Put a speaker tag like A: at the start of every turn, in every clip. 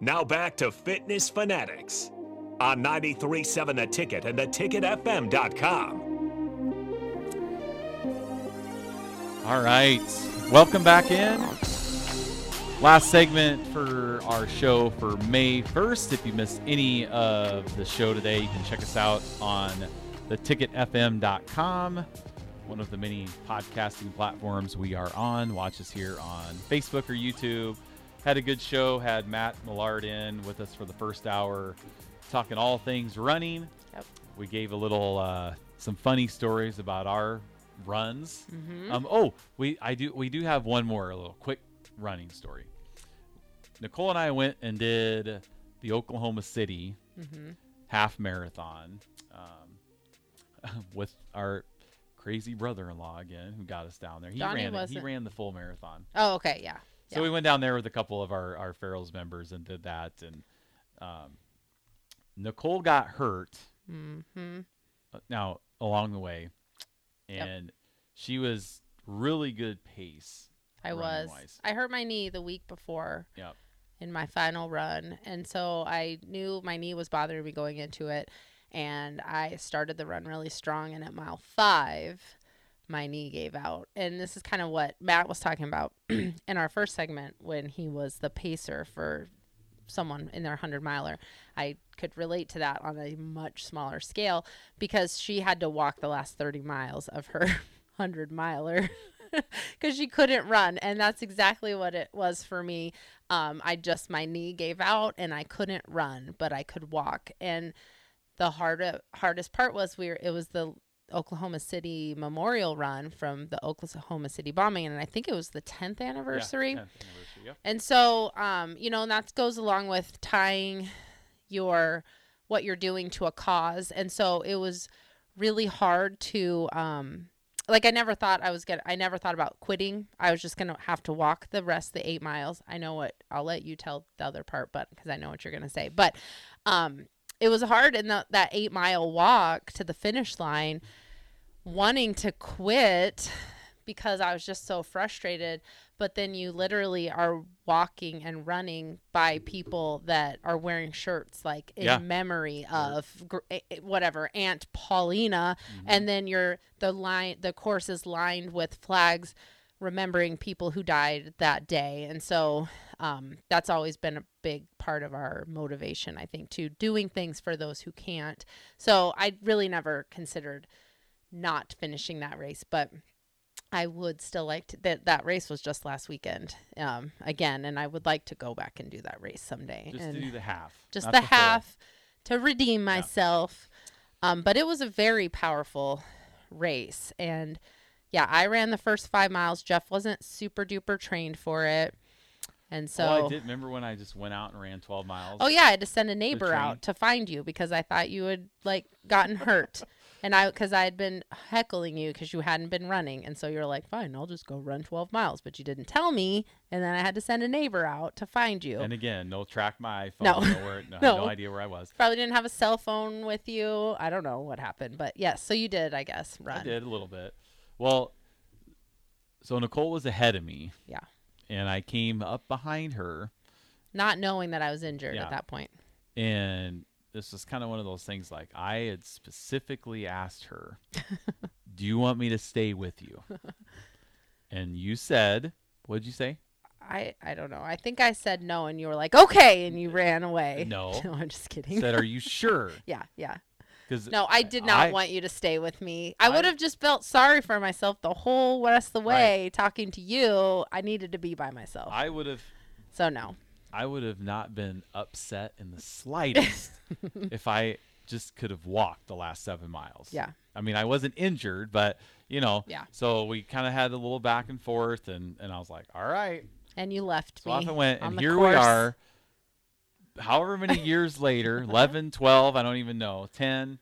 A: Now back to Fitness Fanatics on 937 The Ticket and theticketfm.com.
B: All right. Welcome back in. Last segment for our show for May 1st. If you missed any of the show today, you can check us out on theticketfm.com, one of the many podcasting platforms we are on. Watch us here on Facebook or YouTube. Had a good show, had Matt Millard in with us for the first hour, talking all things running.
C: Yep.
B: We gave a little, uh, some funny stories about our runs.
C: Mm-hmm.
B: Um, oh, we I do we do have one more little quick running story. Nicole and I went and did the Oklahoma City
C: Mm-hmm.
B: half marathon um, with our crazy brother-in-law again, who got us down there. He
C: Donnie
B: ran it- he
C: wasn't.
B: ran the full marathon.
C: Oh, okay. Yeah.
B: So we went down there with a couple of our our Farrell's members and did that. And um, Nicole got hurt
C: Mm-hmm.
B: uh, now along the way,
C: Yep.
B: and she was really good pace.
C: I
B: running
C: was.
B: wise.
C: I hurt my knee the week before
B: Yep.
C: in my final run, and so I knew my knee was bothering me going into it, and I started the run really strong, and at mile five, my knee gave out, and this is kind of what Matt was talking about in our first segment when he was the pacer for someone in their 100 miler. I could relate to that on a much smaller scale because she had to walk the last 30 miles of her 100 miler because she couldn't run. And that's exactly what it was for me. Um, I just, my knee gave out and I couldn't run, but I could walk. And the hard, uh, hardest part was we were, it was the Oklahoma City Memorial Run from the Oklahoma City bombing. And I think it was the 10th
B: Yeah,
C: anniversary.
B: 10th anniversary, yep.
C: And so, um, you know, and that goes along with tying your what you're doing to a cause. And so it was really hard to um like I never thought I was gonna I never thought about quitting. I was just gonna have to walk the rest of the eight miles. I know what I'll let you tell the other part, but because I know what you're gonna say. But um it was hard in the, that eight mile walk to the finish line wanting to quit because I was just so frustrated. But then you literally are walking and running by people that are wearing shirts like in
B: Yeah. Mm-hmm.
C: memory of gr- eh, eh, whatever Aunt Paulina, and then your the line the course is lined with flags remembering people who died that day, and so um, that's always been a big part of our motivation, I think, to doing things for those who can't. So I really never considered not finishing that race, but I would still like to. That that race was just last weekend, um, again, and I would like to go back and do that race someday.
B: Just
C: and
B: to do the half.
C: just
B: not
C: the
B: full.
C: half to redeem myself. Um, but it was a very powerful race, and yeah, I ran the first five miles. Jeff wasn't super duper trained for it, and so
B: Well, I did remember when I just went out and ran 12 miles.
C: Oh yeah, I had to send a neighbor
B: train.
C: out to find you because I thought you had like gotten hurt, and I because I had been heckling you because you hadn't been running, and so you were like, "Fine, I'll just go run 12 miles," but you didn't tell me, and then I had to send a neighbor out to find you.
B: And again, no track my iPhone.
C: No.
B: No, where, no, I had no
C: No.
B: idea where I was.
C: Probably didn't have a cell phone with you. I don't know what happened, but yes, so you did, I guess. Run.
B: I did a little bit. Well, so Nicole was ahead of me,
C: Yeah,
B: and I came up behind her,
C: not knowing that I was injured
B: Yeah.
C: at that point.
B: and this was kind of one of those things like I had specifically asked her, "Do you want me to stay with you?" And you said, "What'd you say?"
C: I I don't know. I think I said no, and you were like, "Okay," and you ran away.
B: No.
C: no, I'm just kidding.
B: said, "Are you sure?"
C: yeah, yeah.
B: Because
C: No, I did not
B: I-
C: want you to stay with me. I
B: I-
C: would have just felt sorry for myself the whole rest of the
B: Right.
C: way talking to you. I needed to be by myself.
B: I would have
C: so no.
B: I would have not been upset in the slightest if I just could have walked the last seven miles.
C: Yeah.
B: I mean, I wasn't injured, but you know,
C: Yeah.
B: So we kind of had a little back and forth, and and I was like, all right.
C: And you left
B: So
C: me.
B: off I went,
C: on
B: and
C: the
B: here we
C: course.
B: are. However many years later, 11, 12, I don't even know, 10,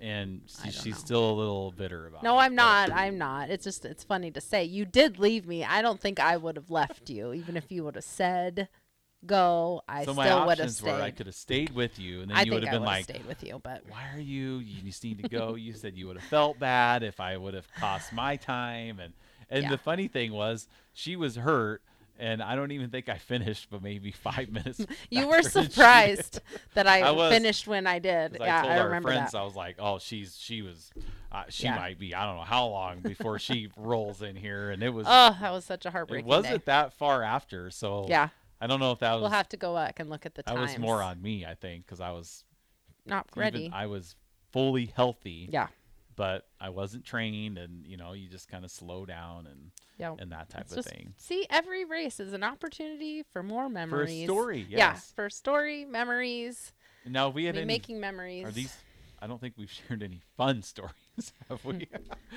B: and
C: I
B: she,
C: don't
B: she's
C: know.
B: still a little bitter about it.
C: No, I'm
B: but-
C: not. I'm not. It's just it's funny to say. You did leave me. I don't think I would have left you even if you would have said go. I
B: so my
C: still would have
B: options
C: stayed.
B: were I could have stayed with you, and then
C: I
B: you would
C: think
B: have
C: I
B: been
C: would have
B: like,
C: stayed with you, but
B: why are you you just need to go you said you would have felt bad if i would have cost my time and and
C: Yeah.
B: the funny thing was she was hurt and I don't even think I finished, but maybe five minutes.
C: You were
B: after she-
C: surprised that I,
B: I was,
C: finished when I did.
B: 'Cause
C: Yeah,
B: I told
C: I
B: our
C: remember
B: friends
C: that.
B: I was like, "Oh, she's she was, uh, she
C: Yeah.
B: might be. I don't know how long before she rolls in here." And it was
C: Oh, that was such a
B: it
C: heartbreaking
B: wasn't
C: day.
B: that far after. So
C: Yeah,
B: I don't know if that was
C: we'll have to go back and look at the
B: that
C: times.
B: was more on me. I think because I was
C: Not
B: even-
C: ready.
B: I was fully healthy,
C: yeah,
B: but I wasn't trained, and you know you just kind of slow down and
C: yeah.
B: and that type
C: It's
B: of
C: just-
B: thing.
C: See, every race is an opportunity for more
B: For
C: memories.
B: a story, yes.
C: Yeah, for story memories.
B: Now if we had
C: Be
B: any
C: making memories.
B: Are these? I don't think we've shared any fun stories, have we?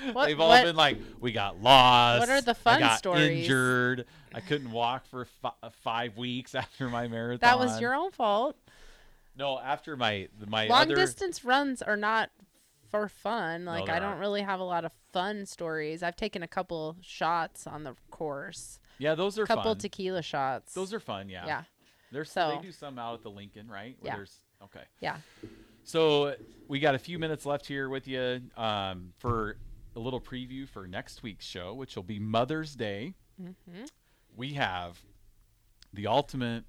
C: Hmm. What-
B: They've all
C: what-
B: been like, we got lost.
C: What are the
B: I
C: fun
B: got
C: stories?"
B: Injured. I couldn't walk for fi- five weeks after my marathon.
C: that was your own fault.
B: No, after my my
C: Long
B: other.
C: distance runs are not for fun. Like
B: they
C: I don't
B: aren't.
C: really have a lot of fun stories. I've taken a couple shots on the course.
B: yeah, those are
C: couple
B: fun.
C: tequila shots.
B: those are fun. Yeah.
C: yeah.
B: There's
C: so-
B: they do some out at the Lincoln, right? Where
C: Yeah.
B: There's, okay.
C: Yeah.
B: So we got a few minutes left here with you um, for a little preview for next week's show, which will be Mother's Day. We have the ultimate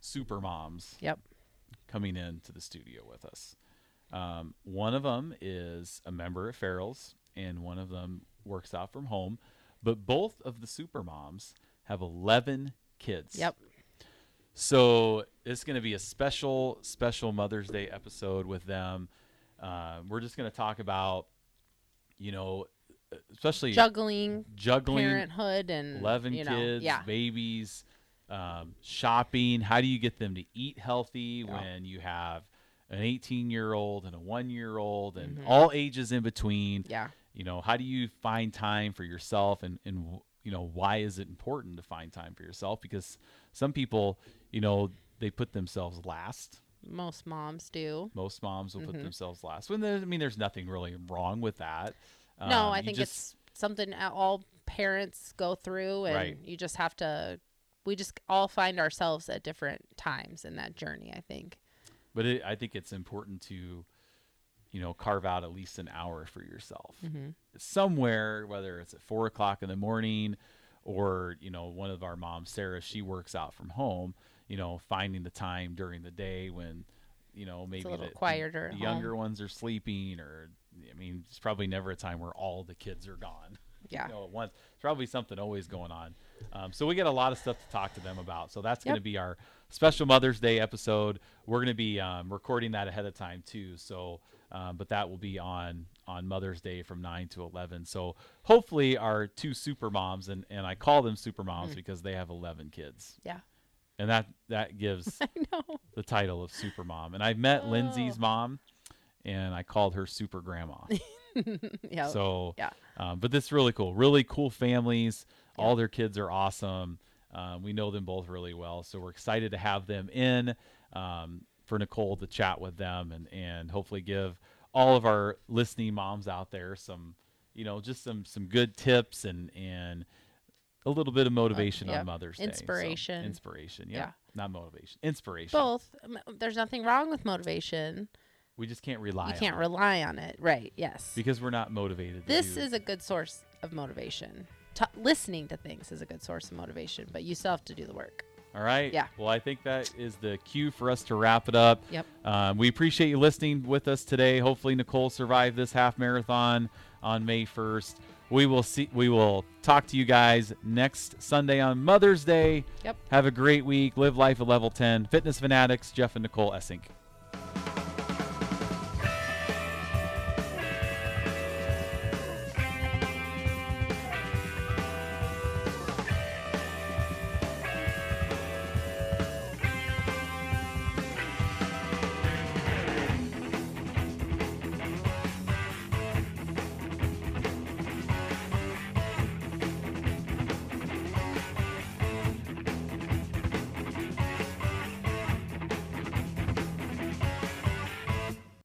B: super moms
C: Yep.
B: coming into the studio with us. Um, one of them is a member of Farrell's, and one of them works out from home. But both of the super moms have 11 kids.
C: Yep.
B: So it's going to be a special, special Mother's Day episode with them. Uh, we're just going to talk about, you know, especially
C: Juggling,
B: juggling
C: parenthood and
B: 11
C: you know,
B: kids,
C: Yeah.
B: babies, um, shopping. How do you get them to eat healthy when you have an 18 year old and a one year old and
C: Mm-hmm.
B: all ages in between?
C: Yeah.
B: You know, how do you find time for yourself and, and, you know, why is it important to find time for yourself? Because some people, you know, they put themselves last.
C: Most moms do.
B: Most moms will put
C: Mm-hmm.
B: themselves last. When there, I mean, there's nothing really wrong with that.
C: no,
B: Um,
C: I
B: you
C: think
B: just-
C: it's something a- all parents go through and
B: Right.
C: you just have to we just all find ourselves at different times in that journey, I think.
B: but it, I think it's important to, you know, carve out at least an hour for yourself
C: Mm-hmm.
B: somewhere, whether it's at four o'clock in the morning or, you know, one of our moms, Sarah, she works out from home, you know, finding the time during the day when, you know, maybe
C: little
B: the, the-
C: quieter at
B: the younger ones are sleeping or, I mean, it's probably never a time where all the kids are gone
C: Yeah.
B: you know, at once. There's probably something always going on. Um, so we get a lot of stuff to talk to them about. So that's going to
C: Yep.
B: be our special Mother's Day episode. We're going to be um, recording that ahead of time too. So, um, but that will be on on Mother's Day from nine to eleven. So hopefully our two super moms and and I call them super moms
C: Hmm.
B: because they have eleven kids,
C: Yeah.
B: and that that gives
C: I know. Oh.
B: the title of super mom. And I met Lindsay's mom, and I called her super grandma.
C: yeah.
B: So
C: yeah.
B: um, but this is really cool, really cool families. All their kids are awesome. Um, we know them both really well, so we're excited to have them in um, for Nicole to chat with them and and hopefully give all of our listening moms out there some, you know, just some some good tips and and a little bit of motivation
C: Uh, yeah.
B: on Mother's Day. So,
C: Inspiration.
B: inspiration. Yeah.
C: Yeah.
B: Not motivation. Inspiration.
C: Both. M- There's nothing wrong with motivation.
B: We just can't rely.
C: you can't
B: on it
C: rely on it. Right. Yes.
B: because we're not motivated. to
C: this
B: do-
C: is a good source of motivation. Ta listening to things is a good source of motivation, but you still have to do the work.
B: All right.
C: Yeah.
B: Well, I think that is the cue for us to wrap it up.
C: Yep.
B: Um, we appreciate you listening with us today. Hopefully, Nicole survived this half marathon on May 1st. We will see. We will talk to you guys next Sunday on Mother's Day.
C: Yep.
B: Have a great week. Live life at level 10. Fitness fanatics, Jeff and Nicole Essink.